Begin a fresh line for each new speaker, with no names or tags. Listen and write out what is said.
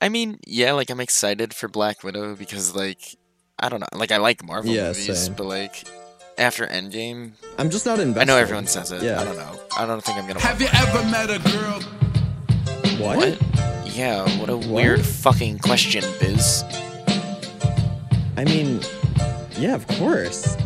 I mean, yeah, like I'm excited for Black Widow because like I don't know, like I like Marvel
Yeah,
movies,
same.
but like after Endgame,
I'm just not invested.
I know everyone says it.
Yeah.
I don't know. I don't think I'm gonna.
Have you ever met a girl?
What?
Yeah, what a weird fucking question, Biz.
I mean, yeah, of course.